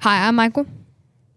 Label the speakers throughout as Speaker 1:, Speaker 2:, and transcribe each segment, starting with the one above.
Speaker 1: Hi, I'm Michael.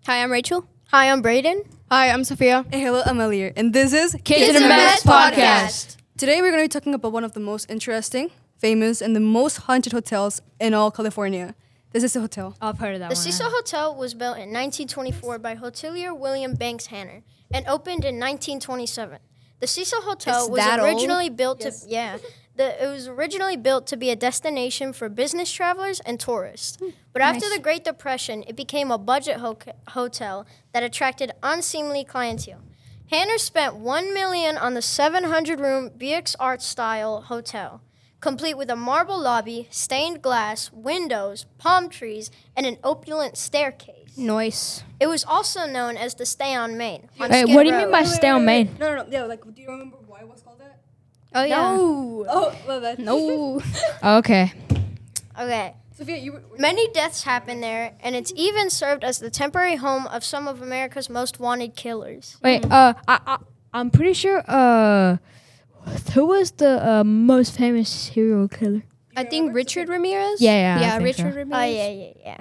Speaker 2: Hi, I'm Rachel.
Speaker 3: Hi, I'm Braden.
Speaker 4: Hi, I'm Sophia.
Speaker 5: And hello, I'm Elir, and this is
Speaker 1: Kids in a Mess podcast.
Speaker 5: Today we're going to be talking about one of the most interesting, famous, and the most haunted hotels in all California. This is the hotel.
Speaker 1: I've heard of that
Speaker 3: The Cecil Hotel was built in 1924 by hotelier William Banks Hanner and opened in 1927. The Cecil Hotel
Speaker 2: It's
Speaker 3: Uh, was
Speaker 2: that old?
Speaker 3: originally built to yeah, the, it was originally built to be a destination for business travelers and tourists. But after the Great Depression, it became a budget ho- hotel that attracted unseemly clientele. Hanner spent 1 million on the 700-room BX Art style hotel complete with a marble lobby, stained glass, windows, palm trees, and an opulent staircase.
Speaker 2: Noise.
Speaker 3: It was also known as the Stay on Main. on
Speaker 1: Hey,
Speaker 3: Skid
Speaker 1: what do you
Speaker 3: Row.
Speaker 1: mean by stay on Main?
Speaker 5: No, no, no. Yeah, like, do you remember why it was called that?
Speaker 2: Oh yeah.
Speaker 5: Oh, well, that.
Speaker 2: No.
Speaker 1: Oh, Okay.
Speaker 3: Okay.
Speaker 5: Sophia, you were.
Speaker 3: Many deaths happened there, and it's even served as the temporary home of some of America's most wanted killers.
Speaker 1: Wait.
Speaker 2: Mm.
Speaker 1: Uh, I, I I'm pretty sure. Uh, who was the uh, most famous serial killer?
Speaker 4: I think Richard Ramirez.
Speaker 1: Yeah, yeah, I
Speaker 4: Yeah,
Speaker 1: think
Speaker 4: Richard
Speaker 1: so.
Speaker 3: Oh,
Speaker 4: Ramirez.
Speaker 3: yeah, yeah, yeah.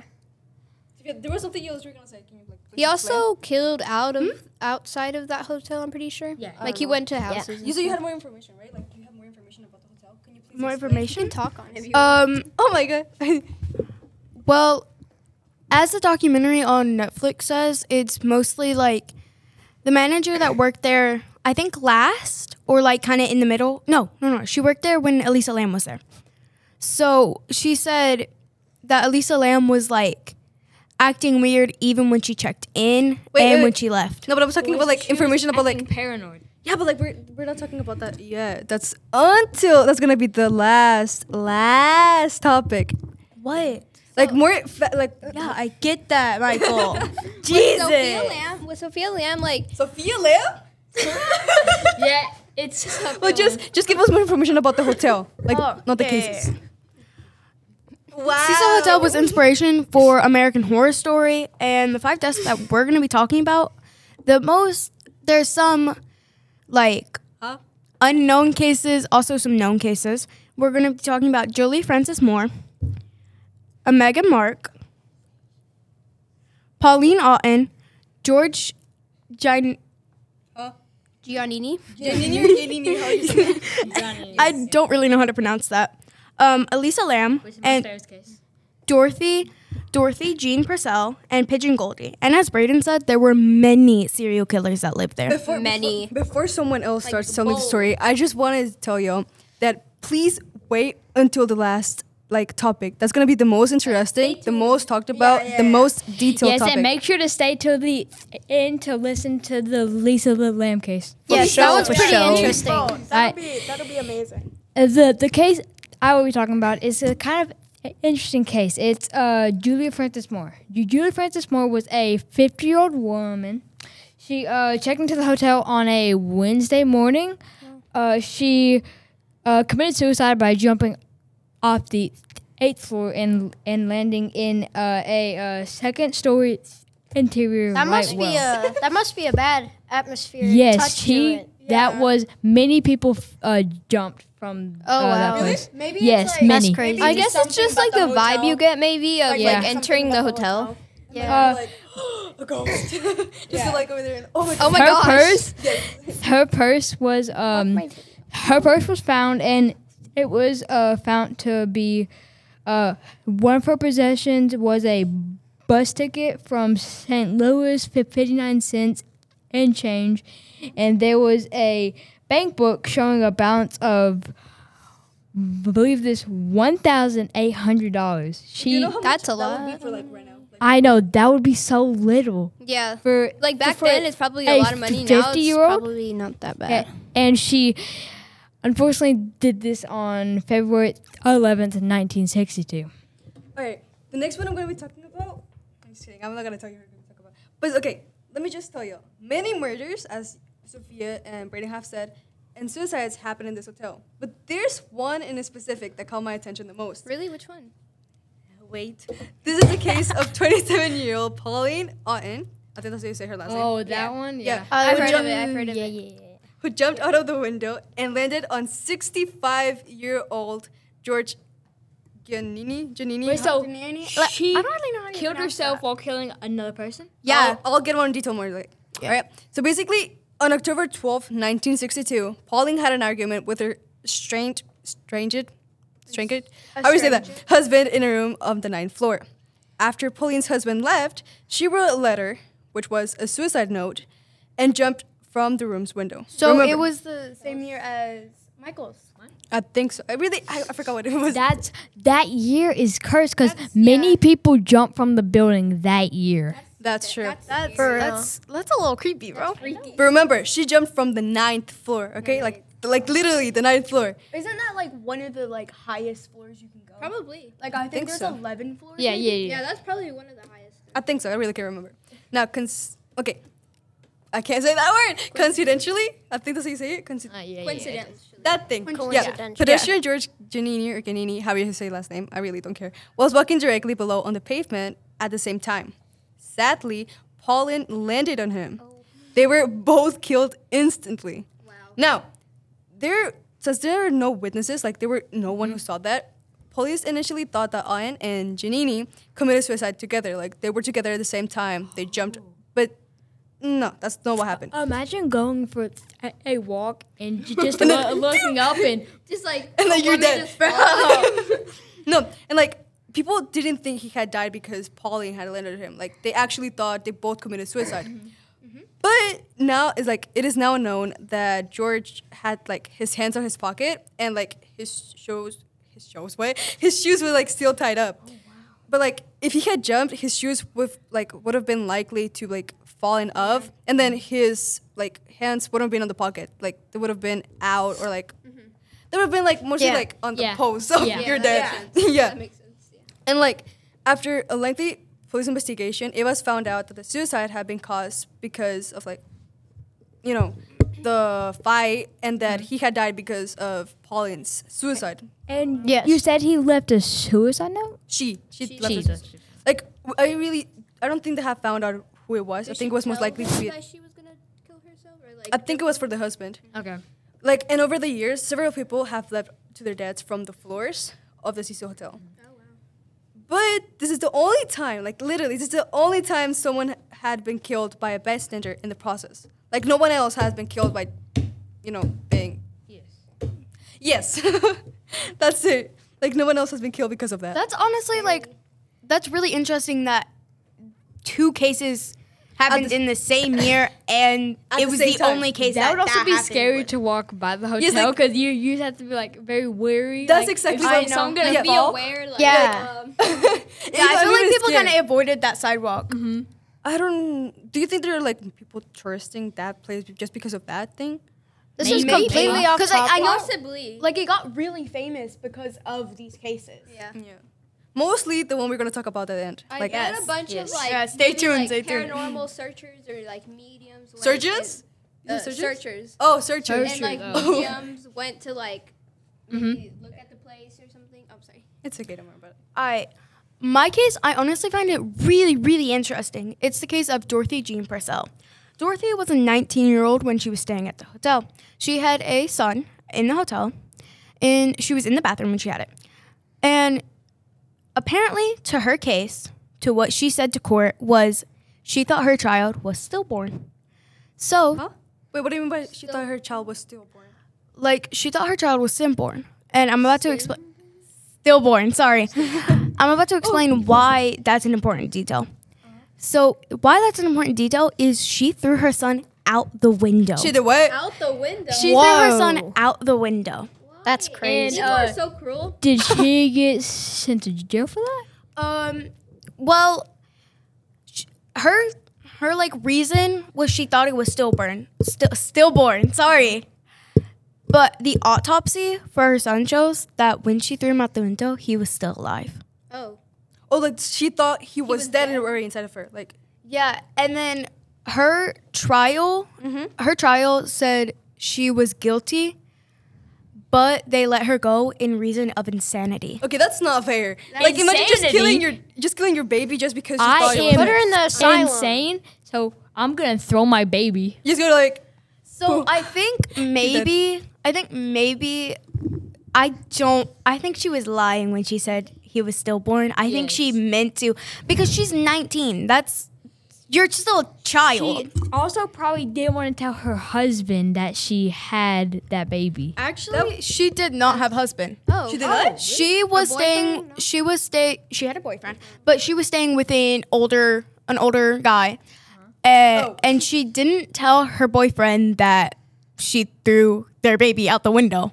Speaker 5: Sophia, there was something else you were going to say. Can you, like,
Speaker 4: He also killed out of outside of that hotel, I'm pretty sure.
Speaker 1: Yeah.
Speaker 4: Like he went to houses.
Speaker 5: You said you had more information, right? Like, you have more information about the hotel. Can you please.
Speaker 4: More
Speaker 5: explain?
Speaker 4: information?
Speaker 3: Talk on it.
Speaker 4: Um. Oh my god. well, as the documentary on Netflix says, it's mostly like the manager that worked there. I think last or like kind of in the middle. No, no, no. She worked there when Elisa Lamb was there. So she said that Elisa Lamb was like acting weird even when she checked
Speaker 5: Wait,
Speaker 4: in and
Speaker 5: wait,
Speaker 4: when
Speaker 5: wait.
Speaker 4: she left.
Speaker 5: No, but I was talking about, like, information about, like.
Speaker 1: paranoid.
Speaker 5: Yeah, but like we're we're not talking about that yet. That's until that's gonna be the last last topic.
Speaker 4: What?
Speaker 5: Like more fa- like
Speaker 4: Yeah, I get that, Michael.
Speaker 2: Sophia
Speaker 5: Jesus.
Speaker 2: Lamb. Was Sophia Lamb like?
Speaker 5: Sophia Lamb.
Speaker 1: Yeah, it's Oh,
Speaker 5: Well, just just give us more information about the hotel, like not the cases.
Speaker 3: Wow.
Speaker 4: Cecil Hotel was inspiration for American Horror Story, and the five deaths that we're going to be talking about, the most, there's some like
Speaker 5: Huh?
Speaker 4: unknown cases, also some known cases. We're going to be talking about Julie Frances Moore, Omega Mark, Pauline Otten, George Gin.
Speaker 2: Giannini.
Speaker 4: I don't really know how to pronounce that. Um, Elisa Lamb and
Speaker 1: case.
Speaker 4: Dorothy, Dorothy Jean Purcell, and Pigeon Goldie. And as Braden said, there were many serial killers that lived there.
Speaker 5: Before,
Speaker 2: Many.
Speaker 5: Before, before someone else starts telling the story, I just wanted to tell y'all that please wait until the last like topic. That's gonna be the most interesting, the most talked about, the most detailed
Speaker 1: Yes,
Speaker 5: topic.
Speaker 1: and make sure to stay till the end to listen to the Lisa the Lamb case.
Speaker 3: Yes, that was
Speaker 5: For
Speaker 3: pretty
Speaker 5: sure.
Speaker 3: interesting.
Speaker 1: I-
Speaker 4: be, that'll be amazing.
Speaker 1: Uh, the the case I will be talking about is a kind of interesting case. It's uh, Julia Francis Moore. Ju- Julia Francis Moore was a 50 year old woman. She uh, checked into the hotel on a Wednesday morning.
Speaker 3: Oh.
Speaker 1: Uh, she uh, committed suicide by jumping off the eighth floor and and landing in uh, a uh, second story interior
Speaker 3: That must
Speaker 1: light
Speaker 3: be
Speaker 1: Mm, well.
Speaker 3: a that must be a bad atmosphere.
Speaker 1: yes.
Speaker 3: touch to
Speaker 1: She
Speaker 3: it.
Speaker 1: that was many people f- uh, jumped from
Speaker 2: Oh,
Speaker 1: uh, that
Speaker 2: wow.
Speaker 1: place.
Speaker 3: Maybe
Speaker 1: Yes,
Speaker 3: like-
Speaker 1: many.
Speaker 3: That's crazy.
Speaker 2: I guess it's just like the, vibe you get maybe of like,
Speaker 1: yeah.
Speaker 2: entering the hotel.
Speaker 1: Uh,
Speaker 5: a ghost. just to like over there and oh my
Speaker 2: Oh my
Speaker 1: her
Speaker 2: gosh.
Speaker 1: purse her purse was um her purse was found and it was uh found to be uh one of her possessions was a bus ticket from St. Louis for 59 cents and change and there was a bank book showing a balance of I believe this $1,800. She
Speaker 2: That's a
Speaker 5: that would
Speaker 2: lot.
Speaker 5: be for like right now. Like,
Speaker 1: I know that would be so little
Speaker 2: Yeah.
Speaker 1: for
Speaker 2: Like back
Speaker 1: for
Speaker 2: then, it's probably a
Speaker 1: a
Speaker 2: lot of money. Now it's
Speaker 1: 50-year-old?
Speaker 2: probably not that
Speaker 1: A-
Speaker 2: bad.
Speaker 1: and she unfortunately did this on February 11th, 1962.
Speaker 5: all right, the next one I'm gonna be talking about. I'm just kidding. I'm not gonna tell you what I'm gonna talk about. But okay, let me just tell you. Many murders, as Sophia and Brady have said, and suicides happen in this hotel. But there's one in specific that caught my attention the most.
Speaker 2: Really? Which one?
Speaker 5: Wait, this is the case of 27-year-old Pauline Otten. I think that's how you say her last name.
Speaker 1: Oh, that one?
Speaker 5: Yeah.
Speaker 2: Oh, I've
Speaker 5: Who
Speaker 2: heard of
Speaker 5: ju-
Speaker 2: it. I've heard of it.
Speaker 5: who jumped out of the window and landed on 65 year old George Giannini. Giannini.
Speaker 1: Wait, so
Speaker 5: Giannini?
Speaker 1: Like,
Speaker 4: I
Speaker 1: she
Speaker 4: don't really know how to
Speaker 1: killed
Speaker 4: pronounce
Speaker 1: herself
Speaker 4: that.
Speaker 1: while killing another person.
Speaker 5: Yeah, I'll, I'll get more in detail more. Like,
Speaker 4: Yeah.
Speaker 5: all right. So basically, on October twelfth, nineteen 1962, Pauline had an argument with her strange, stranged, stranged. I always say that husband in a room on the ninth floor. After Pauline's husband left, she wrote a letter, which was a suicide note, and jumped from the room's window.
Speaker 4: So
Speaker 5: Remember-
Speaker 4: it was the same year as Michael's.
Speaker 5: I think so. I really, I, I forgot what it was.
Speaker 1: That's that year is cursed because many people jumped from the building that year.
Speaker 5: That's true.
Speaker 4: That's
Speaker 3: For
Speaker 4: that's, that's a little creepy, bro.
Speaker 5: But remember, she jumped from the ninth floor. Okay, like, like literally the ninth floor.
Speaker 4: Isn't that like one of the like highest floors you can go?
Speaker 6: Probably.
Speaker 4: Like I think,
Speaker 5: Think
Speaker 4: there's
Speaker 5: so.
Speaker 4: 11 floors.
Speaker 1: Yeah,
Speaker 4: maybe?
Speaker 1: yeah,
Speaker 6: Yeah,
Speaker 1: yeah.
Speaker 6: that's probably one of the highest.
Speaker 5: I think so. I really can't remember. Now, cons- okay, I can't say that word. Coincidentally, I think that's how you say it. Consi-
Speaker 1: Uh, yeah, yeah.
Speaker 6: Coincidence.
Speaker 5: that thing. Yeah.
Speaker 3: Coincidental.
Speaker 5: Pedestrian George Giannini or Giannini, however you say his last name, I really don't care, was walking directly below on the pavement at the same time. Sadly, Paulin landed on him.
Speaker 1: Oh.
Speaker 5: They were both killed instantly. Wow. Now, there since there are no witnesses, like there were no one who saw that. Police initially thought that Ian and Giannini committed suicide together. Like they were together at the same time. They jumped, but no, that's not what happened.
Speaker 1: Imagine going for a, a walk and j- just lo- looking up and
Speaker 6: Just like
Speaker 5: and then
Speaker 6: a
Speaker 5: you're
Speaker 6: woman
Speaker 5: dead.
Speaker 6: just falls.
Speaker 5: no, and like people didn't think he had died because Pauline had landed him. Like they actually thought they both committed suicide.
Speaker 1: Mm-hmm.
Speaker 5: But now it's like it is now known that George had like his hands on his pocket and like his shoes, his shoes, what? His shoes were like still tied up.
Speaker 1: Oh,
Speaker 5: But like if he had jumped, his shoes would like would have been likely to like fallen off, and then his like hands would not have been on the pocket. Like they would have been out or like they would have been like mostly
Speaker 2: Yeah.
Speaker 5: like on the
Speaker 1: Mm-hmm. Yeah.
Speaker 5: post. So
Speaker 1: Yeah.
Speaker 5: you're
Speaker 6: that
Speaker 5: dead.
Speaker 6: makes sense.
Speaker 5: yeah.
Speaker 6: That makes sense. Yeah.
Speaker 5: And like after a lengthy police investigation, it was found out that the suicide had been caused because of like, you know, the fight, and that he had died because of Pauline's suicide.
Speaker 1: and
Speaker 2: Yes.
Speaker 1: you said he left a suicide note.
Speaker 5: She she, left us- like w- I really I don't think they have found out who it was. I think it was most likely to be.
Speaker 6: that she was gonna kill herself, or like
Speaker 5: I think it was for the husband.
Speaker 1: Okay.
Speaker 5: Like and over the years, several people have left to their deaths from the floors of the Cecil Hotel.
Speaker 6: oh wow,
Speaker 5: But this is the only time, like literally, this is the only time someone had been killed by a bystander in the process. Like no one else has been killed by, you know, being.
Speaker 1: Yes.
Speaker 5: Yes, that's it. Like no one else has been killed because of that.
Speaker 4: That's honestly like that's really interesting that two cases happened
Speaker 5: the s-
Speaker 4: in the same year and
Speaker 5: At
Speaker 4: it
Speaker 5: the
Speaker 4: was
Speaker 5: same
Speaker 4: the
Speaker 5: time.
Speaker 4: only case
Speaker 1: that,
Speaker 4: that
Speaker 1: would also
Speaker 4: that
Speaker 1: be
Speaker 4: happened
Speaker 1: scary
Speaker 4: with.
Speaker 1: to walk by the hotel
Speaker 5: Yes,
Speaker 1: because
Speaker 5: like-
Speaker 1: you you have to be like very wary.
Speaker 5: That's
Speaker 1: like, if
Speaker 5: exactly
Speaker 1: some-
Speaker 5: what I know.
Speaker 1: someone gonna
Speaker 5: Yeah.
Speaker 1: fall.
Speaker 6: be aware. Like,
Speaker 2: Yeah.
Speaker 6: um,
Speaker 4: Yeah, I feel like people kind
Speaker 5: of.
Speaker 4: of avoided that sidewalk.
Speaker 5: I don't. Do you think there are like people touristing that place just because of that thing?
Speaker 2: This
Speaker 1: Maybe.
Speaker 2: is completely off
Speaker 4: Because like, I know,
Speaker 6: possibly.
Speaker 4: like it got really famous because of these cases.
Speaker 6: yeah.
Speaker 5: Yeah. Mostly the one we're gonna talk about at the end.
Speaker 6: I
Speaker 5: like
Speaker 6: read
Speaker 4: yes,
Speaker 6: a bunch
Speaker 4: yes.
Speaker 6: of like,
Speaker 4: Yeah, stay
Speaker 6: maybe,
Speaker 4: tuned,
Speaker 6: like,
Speaker 4: stay tuned.
Speaker 6: paranormal searchers or like mediums. went
Speaker 5: surgeons.
Speaker 6: and- uh,
Speaker 5: Is it surgeons?
Speaker 6: searchers.
Speaker 5: Oh, searchers.
Speaker 6: And like
Speaker 5: Oh.
Speaker 6: mediums went to like maybe look at the place or something. Oh, I'm sorry.
Speaker 5: it's okay, don't worry about it.
Speaker 4: I, my case, I honestly find it really, really interesting. It's the case of Dorothy Jean Purcell. Dorothy was a 19 year old when she was staying at the hotel. She had a son in the hotel, and she was in the bathroom when she had it. And apparently, to her case, to what she said to court, was she thought her child was stillborn. So,
Speaker 5: Huh? Wait, what do you mean by she thought her child was stillborn?
Speaker 4: like she thought her child was stillborn and i'm about to explain stillborn sorry i'm about to explain why that's an important detail so why that's an important detail is she threw her son out the window
Speaker 5: She did what?
Speaker 6: Out the window.
Speaker 4: She threw her son
Speaker 1: Whoa.
Speaker 4: out the window
Speaker 2: That's crazy.
Speaker 6: People
Speaker 1: uh,
Speaker 6: are so cruel.
Speaker 1: Did she get sent to jail for that?
Speaker 4: um well sh- her her like reason was she thought it was stillborn still stillborn sorry but the autopsy for her son shows that when she threw him out the window he was still alive
Speaker 6: Oh,
Speaker 5: Oh, like she thought he, was,
Speaker 6: was
Speaker 5: dead,
Speaker 6: dead.
Speaker 5: and already inside of her. Like,
Speaker 4: Yeah, and then her trial, her trial said she was guilty, but they let her go in reason of insanity.
Speaker 5: okay, that's not fair. like, imagine just
Speaker 1: insanity.
Speaker 5: killing your just killing your baby just because you
Speaker 1: I
Speaker 5: thought it was
Speaker 1: am
Speaker 5: dead.
Speaker 2: Put her in the asylum.
Speaker 1: insane, so I'm gonna throw my baby.
Speaker 5: You just go like,
Speaker 4: So I think maybe, I think maybe, I don't, I think she was lying when she said he was stillborn. I think she meant to because she's 19. That's you're still a child.
Speaker 1: She also probably didn't want to tell her husband that she had that baby.
Speaker 4: Actually, she did not have husband.
Speaker 5: She
Speaker 3: Oh,
Speaker 6: Oh,
Speaker 5: did not.
Speaker 4: She was staying. She was stay. She had a boyfriend, but she was staying with an older, an older guy, uh,
Speaker 5: Oh.
Speaker 4: and she didn't tell her boyfriend that she threw their baby out the window.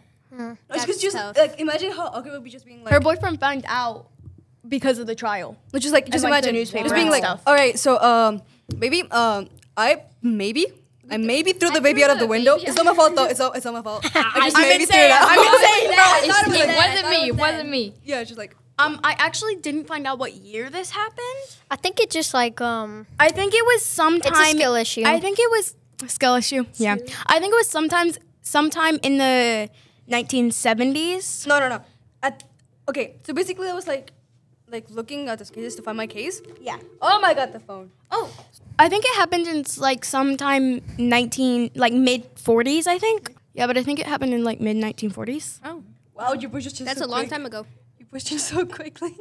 Speaker 5: It's 'cause just like imagine how awkward it would be just being like
Speaker 4: Her boyfriend found out because of the trial.
Speaker 5: Like, just like just
Speaker 4: like, the
Speaker 5: imagine
Speaker 4: newspaper
Speaker 5: just being
Speaker 4: and
Speaker 5: like
Speaker 4: stuff.
Speaker 5: all right so um maybe um i maybe I maybe threw the baby out of the window. It's not my fault though. It's not, it's not my fault. I just maybe threw it out.
Speaker 1: It
Speaker 5: thought it was then.
Speaker 1: wasn't me. It wasn't me.
Speaker 5: yeah, just like
Speaker 4: Um, I actually didn't find out what year this happened.
Speaker 3: I think it just like um
Speaker 4: I think it was sometime.
Speaker 3: skill issue.
Speaker 4: I think it was skill issue. Yeah, I think it was sometimes sometime in the 1970s.
Speaker 5: no, no, no. At, okay, so basically I was like, like looking at the cases to find my case.
Speaker 4: Yeah.
Speaker 5: Oh my god, the phone.
Speaker 4: Oh, I think it happened in like sometime 19 like mid 40s, I think. Yeah, but I think it happened in like mid 1940s.
Speaker 5: Wow, you pushed it.
Speaker 6: Oh. That's
Speaker 5: so
Speaker 6: a long
Speaker 5: quick.
Speaker 6: time ago.
Speaker 5: You pushed it so quickly.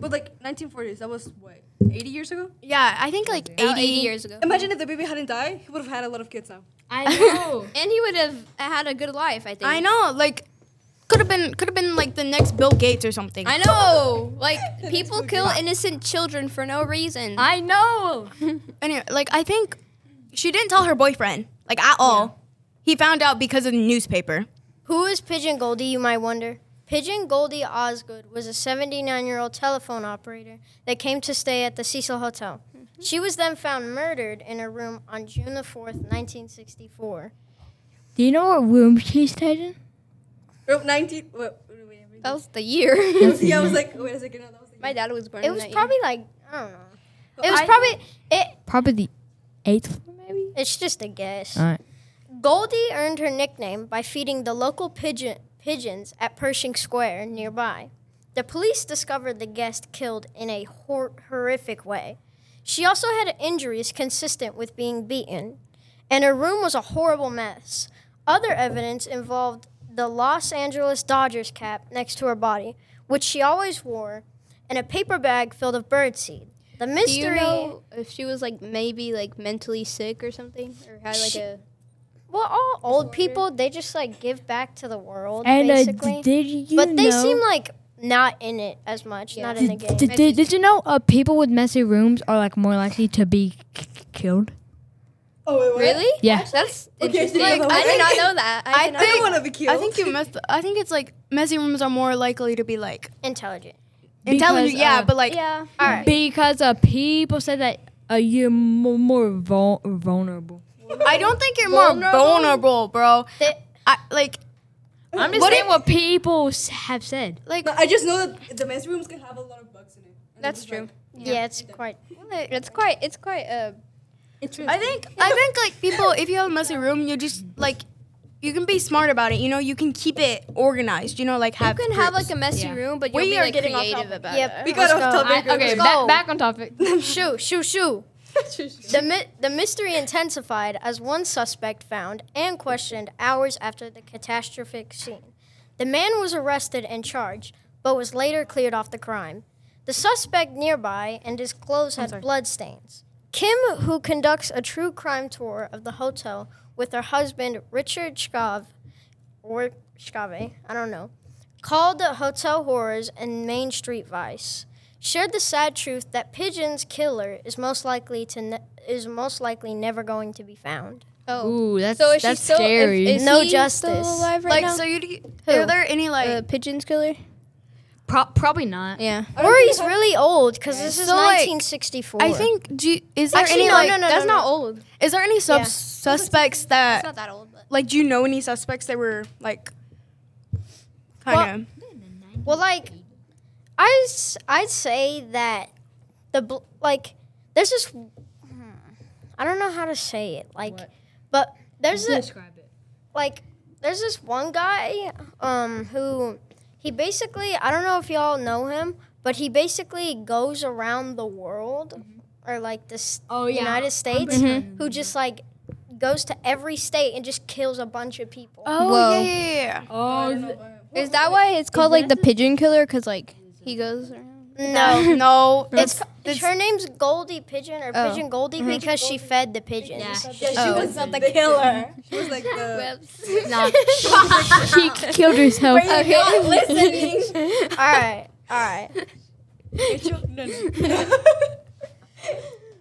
Speaker 5: but like 1940s, that was what 80 years ago.
Speaker 4: Yeah, I think like 80,
Speaker 6: About 80 years ago.
Speaker 5: Imagine if the baby hadn't died, he would have had a lot of kids now.
Speaker 1: I know.
Speaker 6: And he would have had a good life, I think.
Speaker 4: I know, like could have been could have been like the next Bill Gates or something.
Speaker 6: I know. Like people kill innocent children for no reason.
Speaker 1: I know.
Speaker 4: Anyway, like I think she didn't tell her boyfriend like at all. He found out because of the newspaper.
Speaker 3: Who is Pigeon Goldie, you might wonder? Pigeon Goldie Osgood was a 79 year old telephone operator that came to stay at the Cecil Hotel.
Speaker 4: Mm-hmm.
Speaker 3: She was then found murdered in her room on June the 4th, 1964.
Speaker 1: Do you know what room she's taking?
Speaker 5: Or 19. Wait, wait, wait, wait.
Speaker 6: That was the year.
Speaker 5: yeah, I was like, wait a second. No, that was the
Speaker 6: My dad was born.
Speaker 3: It
Speaker 6: in
Speaker 3: was
Speaker 6: that
Speaker 3: probably like, I don't know. It
Speaker 5: Oh,
Speaker 3: was
Speaker 5: I-
Speaker 3: probably, it,
Speaker 1: Probably the eighth floor, maybe.
Speaker 3: it's just a guess.
Speaker 1: All right.
Speaker 3: Goldie earned her nickname by feeding the local pigeon, pigeons at Pershing Square nearby. The police discovered the guest killed in a hor- horrific way. She also had injuries consistent with being beaten, and her room was a horrible mess. Other evidence involved the Los Angeles Dodgers cap next to her body, which she always wore, and a paper bag filled of birdseed. The
Speaker 6: year. Do
Speaker 3: mystery.
Speaker 6: you know if she was like maybe like mentally sick or something, or had like
Speaker 3: She-
Speaker 6: a
Speaker 3: Well, all old people, they just like give back to the world,
Speaker 1: And uh,
Speaker 3: basically.
Speaker 1: d- did you
Speaker 3: but they
Speaker 1: know?
Speaker 3: seem like not in it as much,
Speaker 6: Yeah.
Speaker 3: not in the
Speaker 1: did,
Speaker 3: game.
Speaker 1: did, did, did you know uh, people with messy rooms are like more likely to be k- k- killed?
Speaker 5: Oh, wait, what?
Speaker 6: really?
Speaker 1: Yeah.
Speaker 6: That's
Speaker 5: Okay, so
Speaker 6: interesting.
Speaker 5: you have a
Speaker 6: I did not
Speaker 5: wedding.
Speaker 6: know that. I, did
Speaker 5: I
Speaker 6: not
Speaker 5: don't want to be killed.
Speaker 4: I think you messed. I think it's like messy rooms are more likely to be like
Speaker 3: Intelligent.
Speaker 4: intelligent.
Speaker 1: Because,
Speaker 4: yeah,
Speaker 1: uh,
Speaker 4: but like
Speaker 6: yeah.
Speaker 3: All right.
Speaker 1: Because uh, people said that uh, you're mo- more vul- vulnerable.
Speaker 4: I don't think you're more vulnerable, bro.
Speaker 3: They-
Speaker 4: I, like
Speaker 1: I'm just
Speaker 4: What
Speaker 1: saying
Speaker 4: if-
Speaker 1: what people s- have said.
Speaker 4: like
Speaker 5: No, I just know that the men's rooms can have a lot of bugs in it. And
Speaker 6: That's
Speaker 5: it's
Speaker 6: true.
Speaker 5: like-
Speaker 3: yeah. it's quite.
Speaker 6: It's quite. It's quite. Uh,
Speaker 4: I think I think like people if you have a messy room, you just like you can be smart about it. You know, you can keep it organized. You know, like
Speaker 6: you
Speaker 4: have
Speaker 6: can have like a messy
Speaker 1: Yeah.
Speaker 6: room, but you'll
Speaker 4: We
Speaker 6: be
Speaker 4: are
Speaker 6: like
Speaker 4: getting off
Speaker 6: creative
Speaker 4: topic.
Speaker 6: about
Speaker 3: Yep.
Speaker 6: it.
Speaker 5: We got
Speaker 3: Let's
Speaker 5: off
Speaker 3: go.
Speaker 5: topic.
Speaker 1: okay,
Speaker 3: Let's go.
Speaker 1: back, back on topic.
Speaker 3: shoo, shoo, shoo. The, mi- the mystery intensified as one suspect found and questioned hours after the catastrophic scene. The man was arrested and charged, but was later cleared off the crime. The suspect nearby and his clothes had bloodstains. Kim, who conducts a true crime tour of the hotel with her husband Richard Shkov, or Shkave, I don't know, called the Hotel Horrors and Main Street Vice, shared the sad truth that Pigeon's killer is most likely to ne- is most likely never going to be found.
Speaker 6: Oh.
Speaker 1: Ooh, that's
Speaker 6: So is she
Speaker 1: that's
Speaker 6: still?
Speaker 1: scary.
Speaker 6: Is, is
Speaker 3: No
Speaker 6: he
Speaker 3: justice.
Speaker 6: Still alive right
Speaker 4: like
Speaker 6: now?
Speaker 4: so you are there any like
Speaker 6: the pigeons killer?
Speaker 1: Pro- probably not.
Speaker 6: Yeah.
Speaker 3: Or he's really old because this is
Speaker 4: So, like,
Speaker 3: 1964.
Speaker 4: I think do you, is there
Speaker 3: Actually,
Speaker 4: any
Speaker 3: no,
Speaker 4: like
Speaker 3: no, no,
Speaker 6: That's
Speaker 3: no,
Speaker 6: not old.
Speaker 4: is there any sub
Speaker 3: Yeah.
Speaker 4: suspects that
Speaker 6: It's not that old. But.
Speaker 4: like do you know any suspects that were like kind of
Speaker 3: Well, like, I s- I'd say that the bl- like there's this hmm, I don't know how to say it like, but there's a
Speaker 1: Describe it.
Speaker 3: like there's this one guy um who he basically I don't know if y'all know him, but he basically goes around the world or like the s-
Speaker 1: Oh, yeah.
Speaker 3: United States
Speaker 1: pretty
Speaker 3: who just like goes to every state and just kills a bunch of people.
Speaker 4: Oh
Speaker 6: Whoa.
Speaker 4: yeah, yeah, yeah, yeah.
Speaker 1: Oh,
Speaker 5: I don't know,
Speaker 1: th-
Speaker 5: uh,
Speaker 2: Is that why it's called like the pigeon killer? Cause like he goes around.
Speaker 3: No,
Speaker 4: oh, no,
Speaker 3: it's, her name's Goldie Pigeon or
Speaker 2: Oh.
Speaker 3: Pigeon Goldie because she fed the pigeons.
Speaker 5: Yeah, she
Speaker 2: Oh.
Speaker 5: was not the killer. She was like the.
Speaker 1: she k- killed herself.
Speaker 5: okay. not listening.
Speaker 3: all right, all right.
Speaker 5: Rachel, no, no.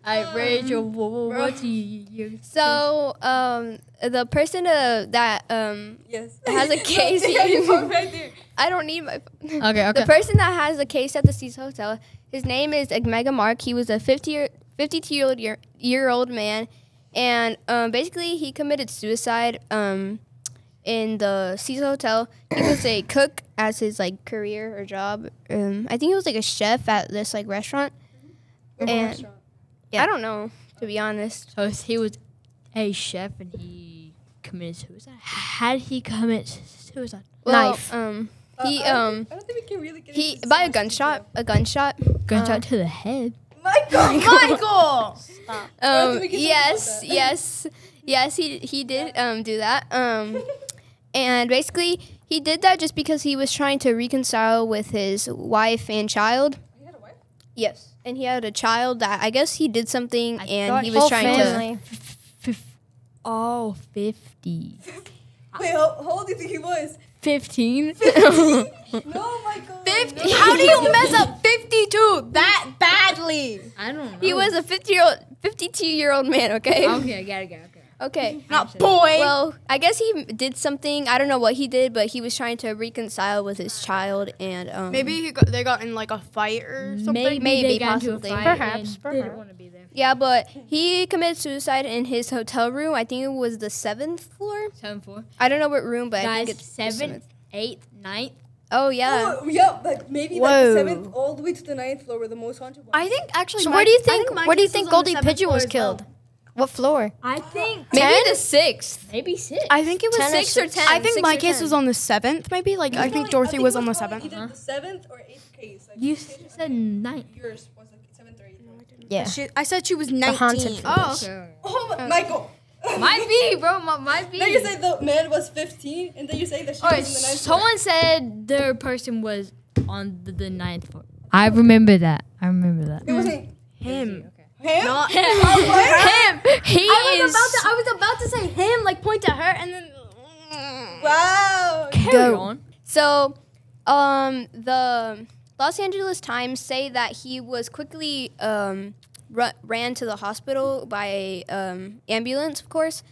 Speaker 1: I Rachel, wha- wha- what do you? you-
Speaker 2: So um, the person uh, that um,
Speaker 5: yes.
Speaker 2: It has a case.
Speaker 5: Yeah, you found right there.
Speaker 2: I don't need my. phone.
Speaker 1: Okay, okay.
Speaker 2: The person that has the case at the Seas Hotel, his name is Mega Mark. He was a 50 year, 52 year old year, year old man, and um, basically he committed suicide um, in the Seas Hotel. He was a cook as his like career or job. Um, I think he was like a chef at this like restaurant.
Speaker 5: What
Speaker 2: And-
Speaker 5: restaurant?
Speaker 2: I don't know to be honest.
Speaker 1: so he was a chef and he committed suicide. How did he commit suicide?
Speaker 2: Well,
Speaker 1: Knife.
Speaker 2: Um,
Speaker 5: Uh,
Speaker 2: he
Speaker 5: I don't
Speaker 2: um
Speaker 5: thi- I don't think we can really get
Speaker 2: he
Speaker 5: into
Speaker 2: by a
Speaker 5: this
Speaker 2: gunshot. A gunshot. Uh,
Speaker 1: Gunshot to the head.
Speaker 5: much detail. Michael. Michael. Or do
Speaker 2: Um,
Speaker 5: we get
Speaker 2: yes,
Speaker 5: something about that?
Speaker 2: yes, yes. He he did um, do that. Um, and basically, he did that just because he was trying to reconcile with his wife and child.
Speaker 5: He had a wife?
Speaker 2: Yes, and he had a child that I guess he did something,
Speaker 1: I
Speaker 2: and
Speaker 1: thought
Speaker 2: he was
Speaker 1: whole
Speaker 2: trying
Speaker 1: family. Oh, 50.
Speaker 5: Wait, how, how old do you think he was?
Speaker 1: 15?
Speaker 5: No, Michael.
Speaker 2: to.
Speaker 5: No.
Speaker 2: How do you mess up?
Speaker 6: 52 that badly.
Speaker 1: I don't know.
Speaker 2: He was a fifty-year-old, fifty-two-year-old man. Okay.
Speaker 1: Okay, I gotta go. Okay.
Speaker 2: Okay.
Speaker 6: Not boy.
Speaker 2: Well, I guess he did something. I don't know what he did, but he was trying to reconcile with his child, and um,
Speaker 4: maybe he got, they got in like a fight or something.
Speaker 1: Maybe,
Speaker 2: Maybe,
Speaker 1: they got into a
Speaker 2: possibly.
Speaker 1: fight
Speaker 2: Perhaps,
Speaker 1: and didn't want to be there.
Speaker 2: Yeah, but he committed suicide in his hotel room. I think it was the seventh floor.
Speaker 1: Seven four.
Speaker 2: I don't know what room, but
Speaker 1: Guys,
Speaker 2: I think it's the
Speaker 1: seventh, eighth, ninth.
Speaker 2: Oh yeah.
Speaker 5: Oh, yeah, like maybe like the
Speaker 4: Um, Whoa.
Speaker 5: seventh all the way to the ninth floor where the most haunted was.
Speaker 4: I think actually.
Speaker 3: So
Speaker 4: my-
Speaker 3: where do you
Speaker 4: I
Speaker 3: think,
Speaker 4: my
Speaker 3: where do you
Speaker 4: case
Speaker 3: think
Speaker 4: was on the
Speaker 3: Goldie
Speaker 4: seventh
Speaker 3: Pigeon
Speaker 4: floor
Speaker 3: was
Speaker 4: as well.
Speaker 3: killed? What floor?
Speaker 1: I think
Speaker 2: Maybe the sixth.
Speaker 1: maybe six.
Speaker 4: I think it was
Speaker 3: Ten or
Speaker 4: six or
Speaker 3: six.
Speaker 4: ten. I think my case was on the seventh, maybe. Like I think Dorothy was on the seventh.
Speaker 5: Either the seventh or eighth case. Like,
Speaker 1: you
Speaker 5: the
Speaker 1: s-
Speaker 5: case
Speaker 1: said ninth.
Speaker 5: yours was like seventh or eighth.
Speaker 3: Yeah.
Speaker 4: She, I said she was
Speaker 3: The
Speaker 4: nineteen.
Speaker 3: haunted floor.
Speaker 1: Oh.
Speaker 5: Oh, my Michael.
Speaker 1: Might be, bro. mi- Might be.
Speaker 5: Then you say the man was 15, and then you say that she
Speaker 1: All right,
Speaker 5: was in the ninth floor.
Speaker 1: someone said their person was on the, the ninth floor. I remember that. I remember that.
Speaker 5: It wasn't
Speaker 4: Him.
Speaker 5: him. Oh,
Speaker 4: Not
Speaker 1: Him. He
Speaker 6: I was
Speaker 1: is.
Speaker 6: about to I was about to say him like point to her and then
Speaker 5: Wow.
Speaker 1: carry on.
Speaker 2: So, um, the Los Angeles Times say that he was quickly um, ru- ran to the hospital by um, ambulance, of course.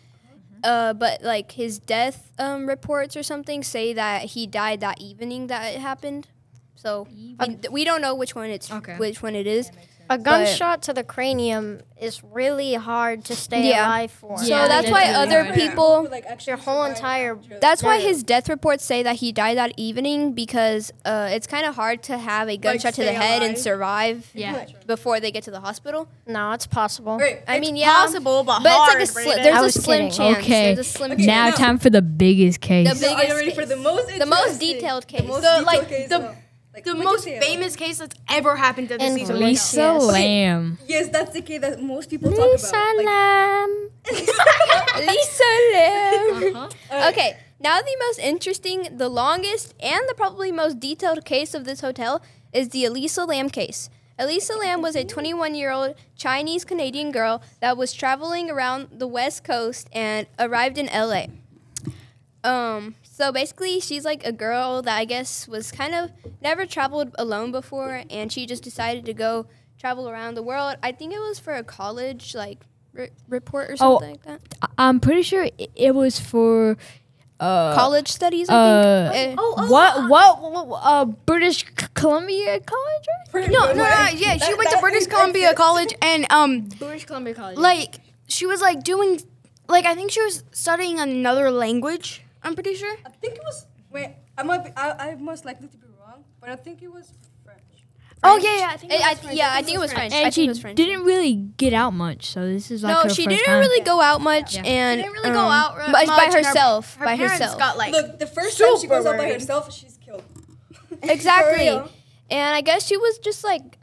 Speaker 2: Uh, but like his death um, reports or something say that he died that evening that it happened. So um, th- we don't know which one it's
Speaker 1: Okay.
Speaker 2: which one it is.
Speaker 3: A gunshot to the cranium is really hard to stay
Speaker 2: Yeah.
Speaker 3: alive for.
Speaker 1: Yeah,
Speaker 2: so that's
Speaker 1: that's
Speaker 2: why
Speaker 1: really
Speaker 2: other
Speaker 1: hard.
Speaker 2: people.
Speaker 5: Like actually
Speaker 3: Your whole
Speaker 5: survived
Speaker 3: entire
Speaker 5: after
Speaker 2: That's why
Speaker 5: that.
Speaker 2: his death reports say that he died that evening because uh, it's kind of hard to have a gunshot to the
Speaker 5: stay
Speaker 2: head and
Speaker 5: alive.
Speaker 2: survive
Speaker 1: Yeah.
Speaker 2: before they get to the hospital.
Speaker 3: No, it's possible.
Speaker 5: Wait,
Speaker 2: I
Speaker 5: it's
Speaker 2: mean, yeah,
Speaker 4: possible, but,
Speaker 2: but
Speaker 4: hard.
Speaker 2: it's like a sli-
Speaker 4: Brayden.
Speaker 3: I
Speaker 2: there's
Speaker 3: was
Speaker 2: a slim
Speaker 3: kidding.
Speaker 2: chance.
Speaker 1: Okay.
Speaker 2: There's a slim
Speaker 5: Okay,
Speaker 2: chance.
Speaker 1: now,
Speaker 5: now-
Speaker 1: time for the biggest case.
Speaker 2: The
Speaker 5: So are you
Speaker 2: biggest
Speaker 5: ready for the
Speaker 2: case.
Speaker 5: most
Speaker 2: The most
Speaker 5: interesting-
Speaker 2: detailed
Speaker 5: The
Speaker 2: case.
Speaker 5: most
Speaker 4: So,
Speaker 5: detailed
Speaker 4: like,
Speaker 5: case,
Speaker 4: the-
Speaker 5: no. Like,
Speaker 4: the
Speaker 5: what
Speaker 4: most
Speaker 5: detail?
Speaker 4: famous case that's ever happened to the
Speaker 3: And
Speaker 4: Caesar
Speaker 3: Lisa-
Speaker 4: Hotel.
Speaker 1: Lisa Lamb.
Speaker 5: Yes, that's the case that most people talk about. Like,
Speaker 3: Lam.
Speaker 2: Lisa Lam.
Speaker 1: Uh-huh.
Speaker 2: Okay, now the most interesting, the longest, and the probably most detailed case of this hotel is the Elisa Lam case. Elisa Lam was a 21 year old Chinese Canadian girl that was traveling around the West Coast and arrived in LA. Um, so basically, she's like a girl that I guess was kind of never traveled alone before, and she just decided to go travel around the world. I think it was for a college like re- report or something like that.
Speaker 1: I- I'm pretty sure i- it was for uh,
Speaker 2: college studies, I
Speaker 1: Uh,
Speaker 2: think. Uh,
Speaker 1: what, what what uh British C- Columbia College? Right?
Speaker 5: pretty
Speaker 4: No, no,
Speaker 5: much.
Speaker 4: no, no, yeah, she
Speaker 5: That-
Speaker 4: went to
Speaker 5: that
Speaker 4: British
Speaker 5: is
Speaker 4: Columbia
Speaker 5: exit.
Speaker 4: College, and um,
Speaker 1: British Columbia College.
Speaker 4: like she was like doing, like I think she was studying another language. I'm pretty sure.
Speaker 5: I think it was. Wait, I might be. I, I most likely to be wrong, but I think it was French.
Speaker 4: Oh yeah, yeah. I think
Speaker 2: I- I- yeah, I think it was French. I
Speaker 1: and
Speaker 2: think
Speaker 1: she
Speaker 2: it was French.
Speaker 1: didn't really get out much, so this is like
Speaker 2: no,
Speaker 1: her
Speaker 2: she
Speaker 1: first
Speaker 2: didn't
Speaker 1: time.
Speaker 2: really go out much,
Speaker 1: Yeah.
Speaker 2: and um,
Speaker 4: didn't really go out re-
Speaker 2: by, by
Speaker 4: much, and her-
Speaker 2: herself.
Speaker 4: her
Speaker 2: by
Speaker 4: parents
Speaker 2: herself,
Speaker 4: got like
Speaker 5: Look, the first time she
Speaker 4: super
Speaker 5: goes out by
Speaker 4: worried.
Speaker 5: herself, she's killed. For
Speaker 2: exactly.
Speaker 5: real.
Speaker 2: And I guess she was just like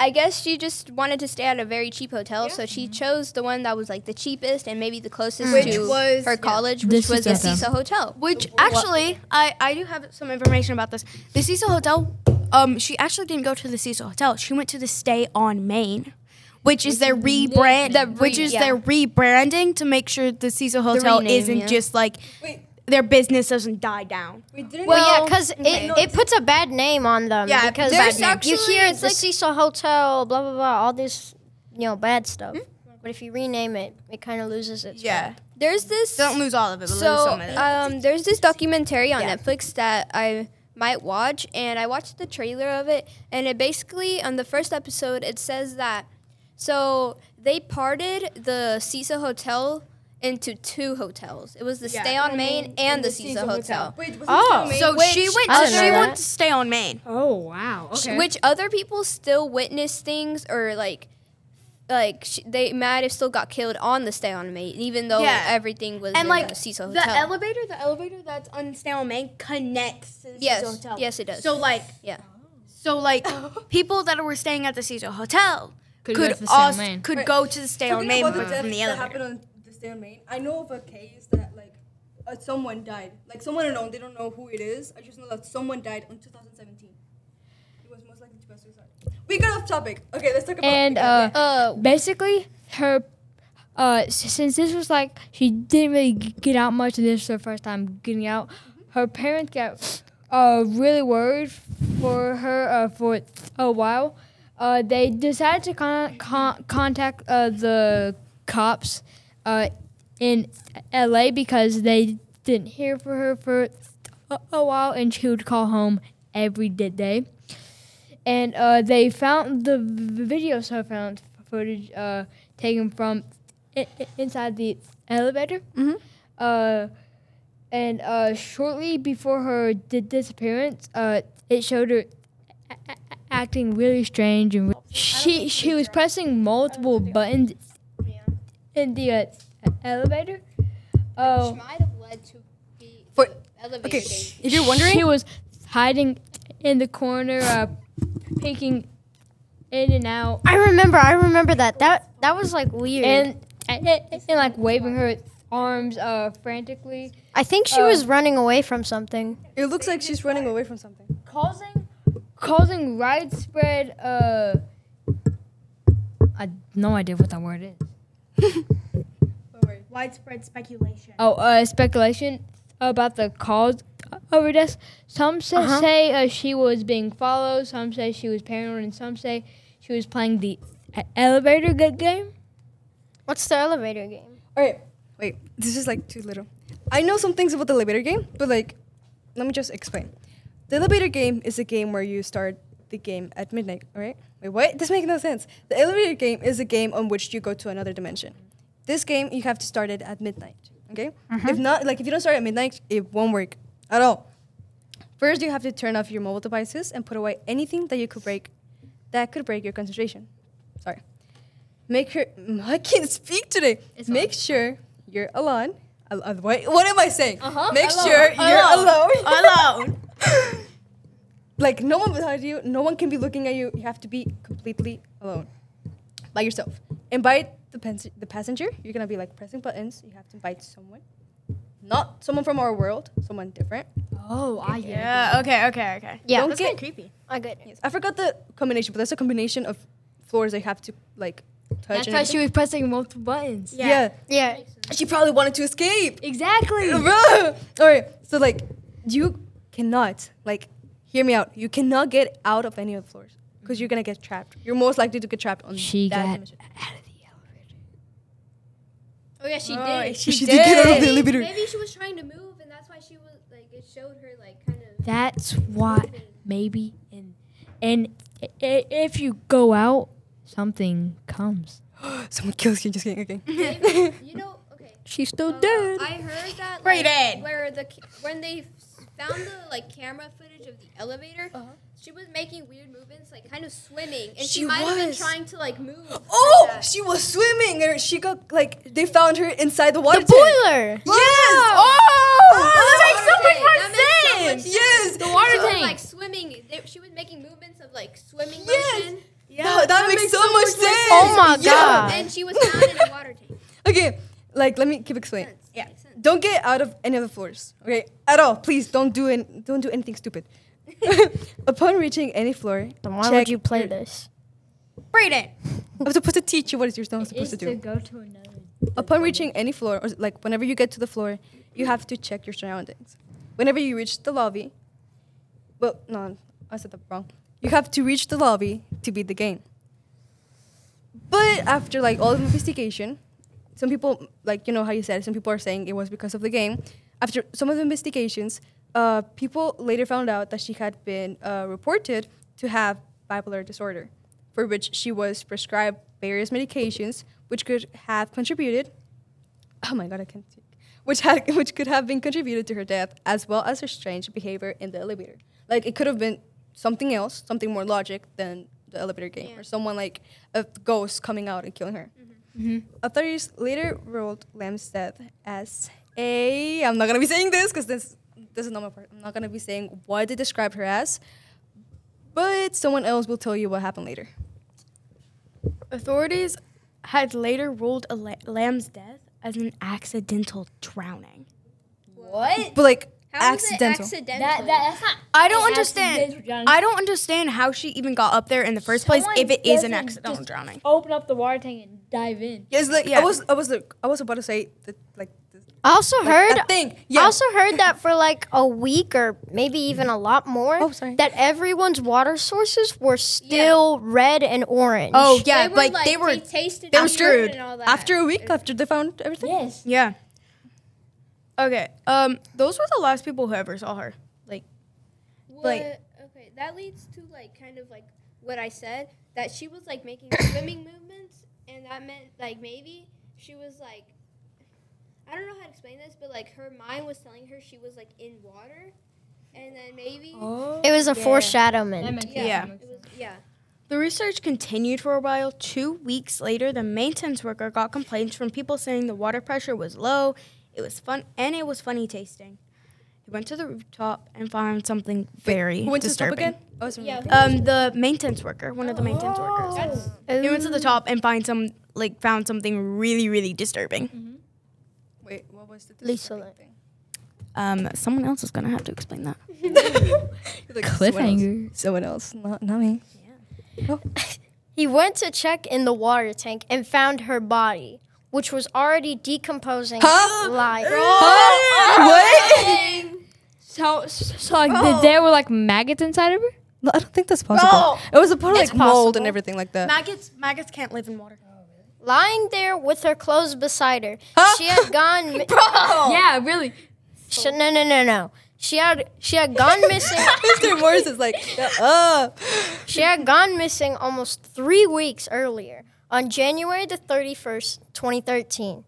Speaker 2: I guess she just wanted to stay at a very cheap hotel, so she
Speaker 1: Mm-hmm.
Speaker 2: chose the one that was like the cheapest and maybe the closest
Speaker 5: Which
Speaker 2: to
Speaker 5: was-
Speaker 2: her
Speaker 5: yeah.
Speaker 2: college,
Speaker 1: This
Speaker 2: which was the
Speaker 1: is
Speaker 2: Cecil Hotel.
Speaker 4: Which actually, I, I do have some information about this. The Cecil Hotel, um, she actually didn't go to the Cecil Hotel. She went to the Stay on Main, which is their rebrand, which is their rebranding to make sure the Cecil Hotel
Speaker 2: rename,
Speaker 4: isn't
Speaker 2: yeah.
Speaker 4: just like
Speaker 5: Wait,
Speaker 4: their business doesn't die down.
Speaker 5: we didn't.
Speaker 3: Well, yeah,
Speaker 5: know-
Speaker 3: 'cause yeah, because
Speaker 5: Okay.
Speaker 3: it,
Speaker 5: No,
Speaker 3: it puts a bad name on them.
Speaker 5: Yeah,
Speaker 3: because
Speaker 5: there's
Speaker 3: you
Speaker 5: actually-
Speaker 3: hear
Speaker 5: it's
Speaker 3: the Cecil Hotel, blah blah blah, all this, you know, bad stuff. But if you rename it, it kind of loses its.
Speaker 5: Hmm? yeah.
Speaker 2: There's this
Speaker 4: Don't lose all of it. But
Speaker 2: so
Speaker 4: lose some of it.
Speaker 2: um, there's this documentary on Netflix that I might watch, and I watched the trailer of it, and it basically on the first episode it says that so they parted the Cecil Hotel into two hotels. It was the Stay on Main and, the Cecil, Hotel.
Speaker 5: Wait, was
Speaker 3: Oh.
Speaker 5: it
Speaker 4: so
Speaker 5: so
Speaker 4: she went.
Speaker 3: I
Speaker 4: To,
Speaker 3: didn't
Speaker 4: she
Speaker 3: know
Speaker 4: went
Speaker 3: that.
Speaker 4: to Stay on Main.
Speaker 7: Oh wow.
Speaker 2: sh-
Speaker 7: Okay.
Speaker 2: which other people still witness things or like like sh- they might have still got killed on the stay on mate even though
Speaker 4: Yeah.
Speaker 2: everything was
Speaker 4: And
Speaker 2: in
Speaker 4: like
Speaker 2: the Cecil
Speaker 4: the
Speaker 2: hotel
Speaker 4: elevator, the elevator that's on Stay on Main connects to the
Speaker 2: yes
Speaker 4: Cecil Hotel.
Speaker 2: yes it does
Speaker 4: So like
Speaker 2: Yeah.
Speaker 4: So like people that were staying at the Cecil Hotel could,
Speaker 1: Could go to the Stay on
Speaker 4: also
Speaker 1: Main.
Speaker 4: could
Speaker 5: Right.
Speaker 4: go to the Stay on
Speaker 5: Talking
Speaker 4: Main
Speaker 5: about
Speaker 4: with-
Speaker 5: the
Speaker 4: from
Speaker 5: deaths
Speaker 4: the
Speaker 5: that
Speaker 4: elevator.
Speaker 5: happened on the stay on Main. I know of a case that like uh, someone died, like someone unknown. They don't know who it is. I just know that someone died in 2017. It was most likely to be a suicide. We got off topic. Okay, let's talk about.
Speaker 1: And
Speaker 5: okay,
Speaker 1: uh,
Speaker 5: yeah.
Speaker 2: uh
Speaker 1: basically her uh s- since this was like she didn't really g- get out much and this was her first time getting out her parents got uh really worried for her uh, for a while uh they decided to con- con- contact uh, the cops uh in LA because they didn't hear from her for a, a while and she would call home every d- day and uh, they found the v- video so found footage uh, taken from i- i- inside the elevator
Speaker 5: Mm-hmm.
Speaker 4: Mhm.
Speaker 1: uh, and uh, shortly before her di- disappearance uh, it showed her a- a- a- acting really strange and re- she she was pressing multiple buttons in the uh, elevator oh
Speaker 6: might have led to the
Speaker 5: For-
Speaker 6: elevator.
Speaker 5: okay,
Speaker 6: thing.
Speaker 5: if you're wondering,
Speaker 1: she was hiding in the corner uh, peeking in and out
Speaker 3: I remember, I remember that. That that was like weird.
Speaker 1: and and, and like waving her arms uh frantically,
Speaker 3: I think she
Speaker 2: Oh.
Speaker 1: uh,
Speaker 3: was running away from something.
Speaker 5: it looks like she's running away from something.
Speaker 1: causing causing widespread uh. I no idea what that word is.
Speaker 5: Don't worry.
Speaker 7: widespread speculation.
Speaker 1: Oh, uh, speculation about the cause of her death. Some say,
Speaker 3: Uh-huh.
Speaker 1: say uh, she was being followed. Some say she was paranoid, and some say she was playing the e-, elevator good game.
Speaker 3: What's the elevator game?
Speaker 5: All right. Wait, this is like too little. I know some things about the elevator game, but like, let me just explain. The elevator game is a game where you start the game at midnight, all right? Wait, what? This makes no sense. The elevator game is a game on which you go to another dimension. This game, you have to start it at midnight, okay? If not, like, if you don't start at midnight, it won't work at all. First, you have to turn off your mobile devices and put away anything that you could break, that could break your concentration. Sorry. Make her. I can't speak today. Make sure you're alone. Al- al- What, what am I saying? Make sure you're Uh-huh, alone.
Speaker 4: Alone.
Speaker 5: like no one beside you. No one can be looking at you. You have to be completely alone, by yourself. Invite the pens- the passenger. You're gonna be like pressing buttons. You have to invite someone, not someone from our world. Someone different.
Speaker 1: Oh, I
Speaker 4: Yeah. Okay. Okay. Okay.
Speaker 3: Yeah.
Speaker 5: Don't
Speaker 4: That's
Speaker 5: get
Speaker 4: kind of creepy.
Speaker 3: I got
Speaker 5: Yes, I forgot the combination, but that's a combination of floors they have to like touch.
Speaker 1: That's
Speaker 5: and
Speaker 1: why
Speaker 5: everything.
Speaker 1: she was pressing multiple buttons.
Speaker 5: yeah.
Speaker 3: Yeah.
Speaker 5: she probably wanted to escape.
Speaker 1: Exactly.
Speaker 5: All right, so like you cannot like hear me out. You cannot get out of any of the floors because you're gonna get trapped. You're most likely to get trapped on
Speaker 1: She
Speaker 5: that
Speaker 1: got
Speaker 5: dimension.
Speaker 1: out of the elevator.
Speaker 6: Oh yeah, she did.
Speaker 5: She, did. get out of Oh, the
Speaker 6: Maybe,
Speaker 5: elevator.
Speaker 6: maybe she was trying to move, and that's why she was like it showed her like kind of.
Speaker 1: That's why maybe and and i- i- if you go out, something comes.
Speaker 5: Someone kills you. Just kidding. Okay.
Speaker 6: Maybe, you know, okay.
Speaker 1: She's still
Speaker 6: uh, I heard that
Speaker 4: Great
Speaker 6: like,
Speaker 4: Ed.
Speaker 6: where the ca- when they found the like camera footage of the elevator, she was making weird movements, like kind of swimming, and she,
Speaker 5: Uh-huh. She
Speaker 6: might have been
Speaker 5: was.
Speaker 6: trying to like move. like
Speaker 5: Oh,
Speaker 6: that.
Speaker 5: she was swimming. Or she got like they found her inside the water.
Speaker 3: The
Speaker 5: tank.
Speaker 3: boiler.
Speaker 5: Yes. Oh,
Speaker 6: that makes so much sense.
Speaker 5: Yes.
Speaker 6: The water tank. Like swimming, they, she was making movements of like swimming
Speaker 5: Yes.
Speaker 6: motion.
Speaker 5: Yeah. that, makes, so, much sense.
Speaker 4: Oh my
Speaker 5: Uh.
Speaker 4: God.
Speaker 6: And she was found in a water tank.
Speaker 5: Okay, like let me keep explaining. Yeah. Don't get out of any of the floors. Okay, at all. Please don't do it. Don't do anything stupid. Upon reaching any floor,
Speaker 3: Then why
Speaker 5: check
Speaker 3: would you play
Speaker 5: your-
Speaker 3: this?
Speaker 6: Braden.
Speaker 5: I'm supposed to teach you what you're not supposed to do.
Speaker 1: go to another.
Speaker 5: Upon reaching any floor, or like whenever you get to the floor, you have to check your surroundings. Whenever you reach the lobby, well, no, I said that wrong. You have to reach the lobby to beat the game. But after like all the investigation, some people, like you know how you said, some people are saying it was because of the game. After some of the investigations, uh, people later found out that she had been uh, reported to have bipolar disorder, for which she was prescribed various medications, which could have contributed. Oh my God, I can't speak. Which had, which could have been contributed to her death, as well as her strange behavior in the elevator. Like it could have been something else, something more logic than the elevator game, or someone like a ghost coming out and killing her.
Speaker 6: Mm-hmm.
Speaker 5: Mm-hmm. Authorities later ruled Lamb's death as a. I'm not gonna be saying this because this this is not my part. I'm not gonna be saying what they described her as, but someone else will tell you what happened later.
Speaker 4: Authorities had later ruled a la- lamb's death as an accidental drowning.
Speaker 5: But like
Speaker 6: How was it
Speaker 5: accidental.
Speaker 6: accidental?
Speaker 1: that's not.
Speaker 4: I don't
Speaker 1: An
Speaker 4: understand.
Speaker 1: accidental drowning.
Speaker 4: I don't understand how she even got up there in the first place
Speaker 1: Someone
Speaker 4: if it is
Speaker 1: doesn't
Speaker 4: an accidental
Speaker 1: just-
Speaker 4: drowning.
Speaker 1: Open up the water tank and dive in.
Speaker 5: yes, like
Speaker 4: Yeah.
Speaker 5: I was I was like, I was about to say that like. The,
Speaker 3: I also heard.
Speaker 5: that thing.
Speaker 3: I
Speaker 5: Yeah.
Speaker 3: also heard that for like a week or maybe even a lot more,
Speaker 5: Oh, sorry.
Speaker 3: that everyone's water sources were still red and orange.
Speaker 4: Oh yeah,
Speaker 6: They were,
Speaker 4: like, they were.
Speaker 6: tasted
Speaker 4: they were
Speaker 6: weird
Speaker 4: screwed.
Speaker 6: and all that.
Speaker 5: after a week, after they found everything.
Speaker 1: Yes.
Speaker 4: Yeah. Okay. Um, those were the last people who ever saw her.
Speaker 6: what,
Speaker 4: like-
Speaker 6: okay, that leads to like kind of like what I said that she was like making swimming movements, and that meant like maybe she was like. I don't know how to explain this, but like her mind was telling her she was like in water, and then maybe
Speaker 3: it was a foreshadowment.
Speaker 6: yeah,
Speaker 4: Yeah.
Speaker 6: it was yeah.
Speaker 4: The research continued for a while. Two weeks later, the maintenance worker got complaints from people saying the water pressure was low, it was fun, and it was funny tasting. He went to the rooftop and found something very
Speaker 5: Who went to the top
Speaker 4: disturbing.
Speaker 5: again? Oh, I was yeah.
Speaker 4: Um, the maintenance worker, one of the maintenance
Speaker 3: Oh.
Speaker 4: workers.
Speaker 5: Oh.
Speaker 4: He went to the top and find some like found something really really disturbing.
Speaker 5: Wait, what was the
Speaker 3: Lisa,
Speaker 5: disturbing
Speaker 3: like-
Speaker 5: thing?
Speaker 4: Um, someone else is gonna have to explain that.
Speaker 5: Like, someone else. Someone else, not not me.
Speaker 3: He went to check in the water tank and found her body, which was already decomposing
Speaker 5: Huh?
Speaker 3: like
Speaker 5: Huh? What?
Speaker 1: So, so like, th- there were like maggots inside of her.
Speaker 5: No, I don't think that's possible. It was a part of like
Speaker 3: It's
Speaker 5: mold and
Speaker 3: possible.
Speaker 5: everything like that.
Speaker 4: Maggots maggots can't live in water.
Speaker 3: lying there with her clothes beside her.
Speaker 5: Huh?
Speaker 3: She had gone mi-
Speaker 1: Yeah, really.
Speaker 3: Sh- no no no no. She had she had gone missing.
Speaker 5: Mr. Morris is like, uh. "Shut up.
Speaker 3: She had gone missing almost three weeks earlier, on January the 31st, 2013.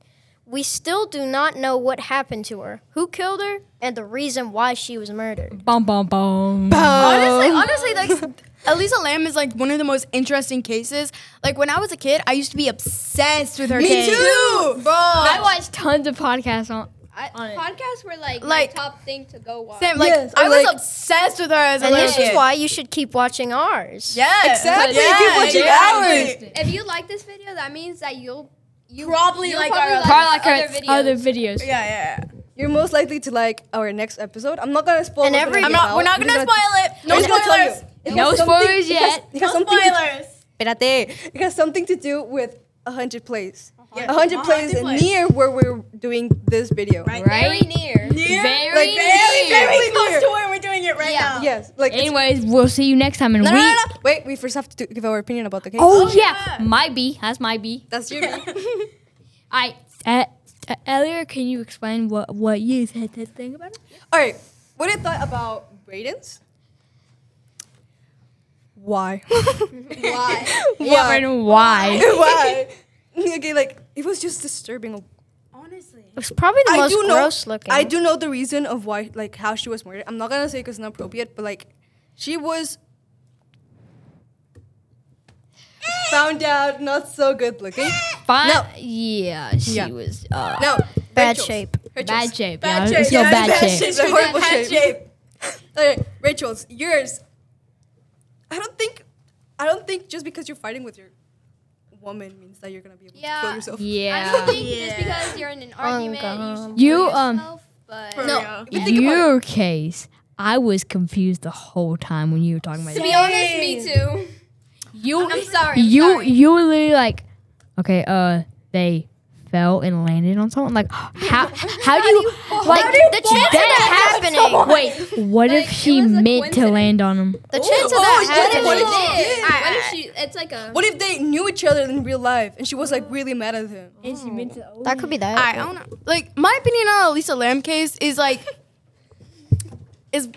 Speaker 3: We still do not know what happened to her, who killed her, and the reason why she was murdered.
Speaker 1: Bum bum bum.
Speaker 4: Honestly, honestly, like Elisa Lamb is like one of the most interesting cases. Like when I was a kid, I used to be obsessed with her Me case.
Speaker 5: Dude, bro.
Speaker 1: I watched tons of podcasts on.
Speaker 6: I,
Speaker 1: On it.
Speaker 6: podcasts were like,
Speaker 4: Like-
Speaker 6: my top thing to go watch.
Speaker 4: Same, like
Speaker 5: Yes,
Speaker 4: I
Speaker 5: or,
Speaker 4: was
Speaker 5: like-
Speaker 4: obsessed with her as a
Speaker 3: And
Speaker 4: little
Speaker 3: this is
Speaker 4: kid.
Speaker 3: why you should keep watching ours.
Speaker 4: Yeah,
Speaker 5: Exactly,
Speaker 4: Yeah,
Speaker 5: keep watching
Speaker 4: exactly.
Speaker 5: hours.
Speaker 6: If you like this video, that means that you'll you
Speaker 4: Probably
Speaker 6: you'll
Speaker 4: like
Speaker 6: probably
Speaker 4: our-
Speaker 1: Probably like
Speaker 6: other
Speaker 1: her
Speaker 6: videos.
Speaker 1: other videos.
Speaker 4: Yeah, yeah. yeah.
Speaker 5: You're most likely to like our next episode. I'm not gonna spoil.
Speaker 3: And
Speaker 5: what's
Speaker 3: every-
Speaker 5: gonna
Speaker 4: I'm
Speaker 5: be
Speaker 4: not.
Speaker 5: about.
Speaker 4: We're not gonna
Speaker 5: because-
Speaker 4: spoil it. No
Speaker 5: I'm just gonna tell you.
Speaker 4: spoilers.
Speaker 5: It
Speaker 1: No
Speaker 5: has something-
Speaker 1: spoilers
Speaker 5: it has-
Speaker 1: yet.
Speaker 5: It has
Speaker 4: No
Speaker 5: something. to-
Speaker 4: spoilers.
Speaker 5: Espérate. It has something to do with a hundred plays.
Speaker 4: Yeah.
Speaker 5: A hundred
Speaker 4: A
Speaker 5: plays
Speaker 4: hundred plays.
Speaker 5: near where we're doing this video.
Speaker 4: Right.
Speaker 1: Right.
Speaker 6: near.
Speaker 4: Near,
Speaker 1: Very
Speaker 4: like, very,
Speaker 1: near.
Speaker 4: very
Speaker 5: Near.
Speaker 4: close to where we're doing it right now.
Speaker 5: Yes. Like. it's-
Speaker 1: Anyways, we'll see you next time. And
Speaker 5: No,
Speaker 1: we.
Speaker 5: no, no, no. Wait, we first have to give our opinion about the case.
Speaker 1: Oh, yeah. might be. That's might be.
Speaker 5: that's your.
Speaker 1: I. Uh, uh, earlier, can you explain what what you said that thing about it?
Speaker 5: All right. What do you thought about Braden's? Why? Why?
Speaker 1: Yeah,
Speaker 5: Why?
Speaker 1: and why?
Speaker 5: Why? okay, like it was just disturbing.
Speaker 7: Honestly.
Speaker 3: It's probably the most gross
Speaker 5: know,
Speaker 3: looking.
Speaker 5: I do know the reason of why, like how she was murdered. I'm not gonna say because it's not appropriate, but like she was found out not so good looking.
Speaker 1: Fine.
Speaker 5: No.
Speaker 1: Yeah, she
Speaker 5: Yeah.
Speaker 1: was uh,
Speaker 5: No,
Speaker 3: Bad
Speaker 5: Rachel's.
Speaker 3: shape.
Speaker 5: Rachel's.
Speaker 1: bad shape.
Speaker 4: Bad
Speaker 1: yeah. It's
Speaker 4: shape,
Speaker 1: your
Speaker 4: yeah,
Speaker 1: bad,
Speaker 4: bad
Speaker 1: shape.
Speaker 4: shape.
Speaker 5: It's a horrible shape.
Speaker 4: shape.
Speaker 5: All right, Rachel's yours. I don't think I don't think just because you're fighting with your woman means that you're gonna be able to kill
Speaker 2: Yeah.
Speaker 5: yourself.
Speaker 2: I don't
Speaker 1: Yeah.
Speaker 2: think just because you're in an argument,
Speaker 3: God.
Speaker 2: you, should
Speaker 1: You,
Speaker 2: kill
Speaker 1: um,
Speaker 2: yourself, but
Speaker 5: For real. But think about it.
Speaker 1: Your case. I was confused the whole time when you were talking about
Speaker 2: to
Speaker 1: it.
Speaker 2: be honest, me too.
Speaker 1: You
Speaker 2: I'm sorry. I'm
Speaker 1: you
Speaker 2: sorry.
Speaker 1: you were literally like, okay, uh, they fell and landed on someone. Like, how how do you like
Speaker 3: the chance of that happening.
Speaker 1: Wait, what
Speaker 2: Like,
Speaker 1: if
Speaker 2: it
Speaker 1: she
Speaker 2: was a
Speaker 1: meant to
Speaker 2: coincidence.
Speaker 1: land on him?
Speaker 3: The chance of
Speaker 5: Oh,
Speaker 3: that
Speaker 5: yeah,
Speaker 3: happening.
Speaker 5: what if she
Speaker 2: What if
Speaker 5: did?
Speaker 2: she did? What if she? It's like a.
Speaker 5: What if they knew each other in real life and she was like really mad at him?
Speaker 3: That could be that.
Speaker 4: I don't know. Like my opinion on Elisa Lamb case is like is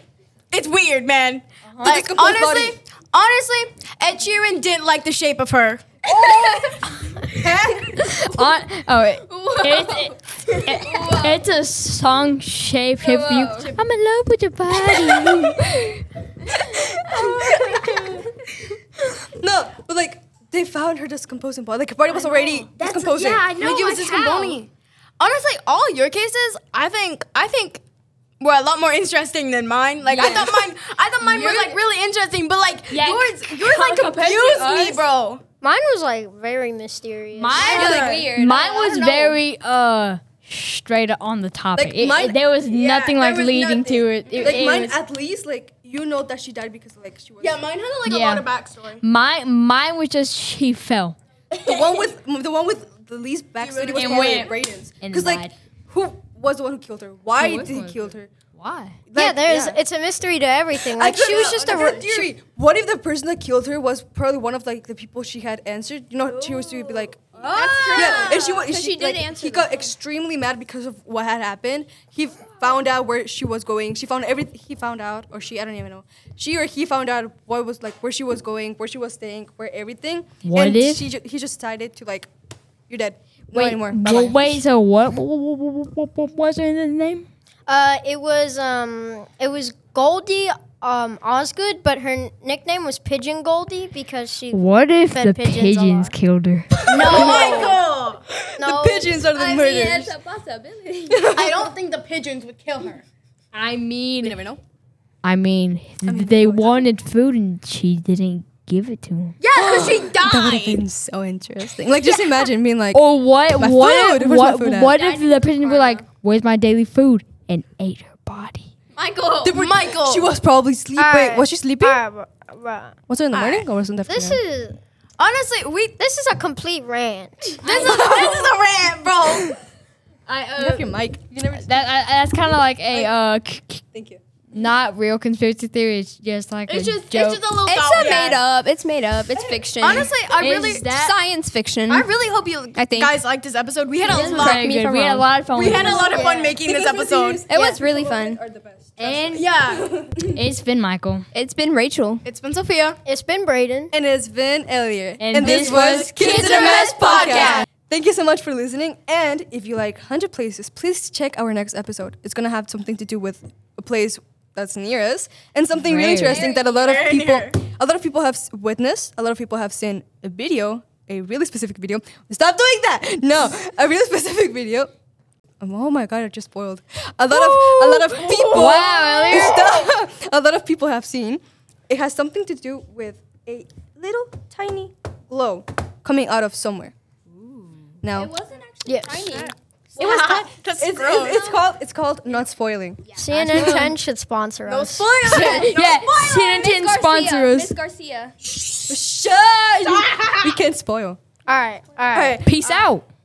Speaker 4: it's weird, man. Like
Speaker 5: decomposed
Speaker 4: honestly,
Speaker 5: body.
Speaker 4: honestly, Ed Sheeran didn't like the shape of her.
Speaker 1: on, oh, it, it's, it- it's a song shape. shape you, I'm in love with your body.
Speaker 5: No, but like they found her discomposing body. Like her body was already discomposing.
Speaker 4: know. Like it was just Bomboni. Honestly, all your cases, I think, I think were a lot more interesting than mine. Like I thought mine, I thought mine was like really interesting, but like yours, yours like confused me, bro.
Speaker 3: Mine was like very mysterious.
Speaker 1: mine
Speaker 2: That's
Speaker 1: was,
Speaker 2: really weird.
Speaker 1: mine
Speaker 2: I
Speaker 1: was
Speaker 2: don't know.
Speaker 1: very uh straight on the topic.
Speaker 5: Like,
Speaker 1: It- it-
Speaker 5: mine-
Speaker 1: there was
Speaker 5: yeah,
Speaker 1: nothing
Speaker 5: there
Speaker 1: like
Speaker 5: was
Speaker 1: leading to
Speaker 5: nothing.
Speaker 1: it. It-
Speaker 5: like
Speaker 1: it
Speaker 5: mine,
Speaker 1: was-
Speaker 5: at least like you know that she died because like she was.
Speaker 4: Yeah, mine had like
Speaker 1: a Yeah.
Speaker 4: a lot
Speaker 1: lot
Speaker 4: of
Speaker 1: of
Speaker 4: backstory.
Speaker 1: my mine was just she fell.
Speaker 5: the one with the one with the least backstory was
Speaker 1: And
Speaker 5: probably
Speaker 1: went-
Speaker 5: Raiden's.
Speaker 1: and
Speaker 5: Because like,
Speaker 1: died.
Speaker 5: who was the one who killed her? Why
Speaker 1: Who
Speaker 5: did
Speaker 1: was
Speaker 5: he
Speaker 1: one?
Speaker 5: kill her?
Speaker 1: Why?
Speaker 3: yeah,
Speaker 5: Like,
Speaker 3: there's
Speaker 5: yeah.
Speaker 3: it's a mystery to everything.
Speaker 5: I
Speaker 3: Like she
Speaker 5: couldn't-
Speaker 3: was just
Speaker 5: I
Speaker 3: a
Speaker 5: couldn't
Speaker 3: ro-
Speaker 5: theory. what if the person that killed her was probably one of like the people she had answered? You know, she was to be like, yeah, and she wa-
Speaker 2: Because she did
Speaker 5: like,
Speaker 2: answer
Speaker 5: He
Speaker 2: the
Speaker 5: got
Speaker 2: phone.
Speaker 5: extremely mad because of what had happened. He f- found out where she was going. She found every he found out or she I don't even know. She or he found out what was like where she was going, where she was staying, where everything.
Speaker 1: What
Speaker 5: and
Speaker 1: if-
Speaker 5: She ju- he just decided to like, you're dead. No
Speaker 1: Wait,
Speaker 5: anymore.
Speaker 1: well, wait. So what? What, what, what, what, what was her name?
Speaker 3: uh, it was um, it was Goldie um Osgood, but her n- nickname was Pigeon Goldie because she no
Speaker 1: What if
Speaker 3: Fed
Speaker 1: the
Speaker 3: pigeons a
Speaker 1: pigeons
Speaker 3: lot.
Speaker 1: killed her?
Speaker 3: no
Speaker 5: Pigeons are the
Speaker 2: I mean,
Speaker 5: murders.
Speaker 2: it's a possibility.
Speaker 4: I don't think the pigeons would kill her.
Speaker 1: I
Speaker 5: You
Speaker 1: mean,
Speaker 5: never know.
Speaker 1: I mean, they wanted food and she didn't give it to them.
Speaker 4: Yeah, because she died.
Speaker 5: been so interesting. Like just imagine being like,
Speaker 1: Or what?
Speaker 5: My
Speaker 1: what?
Speaker 5: food!
Speaker 1: If,
Speaker 5: Where's my
Speaker 1: what?
Speaker 5: food at?
Speaker 1: What if the pigeon were like, "Where's my daily food?" and ate her body?
Speaker 2: Michael.
Speaker 4: Michael.
Speaker 5: Oh she was probably sleeping.
Speaker 3: Alright.
Speaker 5: Was she sleeping?
Speaker 3: Bruh.
Speaker 5: Was it in the morning or was it in the
Speaker 3: This
Speaker 5: afternoon?
Speaker 3: is
Speaker 4: honestly, we
Speaker 3: this is a complete rant.
Speaker 4: this is this is a rant, bro.
Speaker 1: I,
Speaker 5: You have your mic. You never.
Speaker 1: that, I, that's kind of like a uh, c- c-
Speaker 5: Thank you.
Speaker 1: not real conspiracy theory. It's just like
Speaker 4: It's
Speaker 1: a
Speaker 4: just
Speaker 1: joke.
Speaker 4: it's just a little.
Speaker 2: It's
Speaker 4: thought
Speaker 2: a
Speaker 4: we had.
Speaker 2: made up. It's made up. It's fiction.
Speaker 4: Honestly, I
Speaker 1: Is
Speaker 4: really,
Speaker 1: that-
Speaker 2: science fiction.
Speaker 4: I really hope you
Speaker 2: I think.
Speaker 4: guys liked this episode. We had a
Speaker 1: This was
Speaker 4: lot.
Speaker 1: very
Speaker 2: me
Speaker 1: good.
Speaker 2: if I'm
Speaker 1: We had a
Speaker 2: wrong.
Speaker 1: lot of fun.
Speaker 4: We
Speaker 1: with
Speaker 4: had a
Speaker 1: this.
Speaker 4: lot of fun making this episode.
Speaker 2: It was really fun.
Speaker 5: Are the best.
Speaker 1: And
Speaker 4: Yeah,
Speaker 1: it's been Michael.
Speaker 2: It's been Rachel.
Speaker 4: it's been Sophia.
Speaker 3: It's been Braden.
Speaker 5: And it's been Elliot.
Speaker 1: And this was
Speaker 4: Kids in a Mess Podcast.
Speaker 5: Thank you so much for listening. And if you like 100 places, please check our next episode. It's going to have something to do with a place that's near us and something really
Speaker 1: Very.
Speaker 5: interesting that a lot of
Speaker 4: Very
Speaker 5: people
Speaker 4: near.
Speaker 5: a lot of people have s- witnessed. A lot of people have seen a video, a really specific video. Stop doing that. No, a really specific video. Um, Oh my god, I just spoiled. A lot of a lot of people
Speaker 1: Wow, Elliot.
Speaker 5: Stop. a lot of people have seen. It has something to do with a little tiny glow coming out of somewhere. Now
Speaker 2: It
Speaker 5: it's,
Speaker 2: wasn't actually tiny.
Speaker 4: Just
Speaker 5: it's,
Speaker 4: gross.
Speaker 5: it's called it's called not spoiling.
Speaker 3: CNN 10 should sponsor
Speaker 4: No
Speaker 3: us.
Speaker 4: spoilers.
Speaker 1: yeah,
Speaker 2: Miss
Speaker 1: CNN
Speaker 2: Garcia,
Speaker 1: sponsor us.
Speaker 2: Miss Garcia.
Speaker 5: Shut. you- we can't spoil.
Speaker 3: All right, all right.
Speaker 1: Peace out.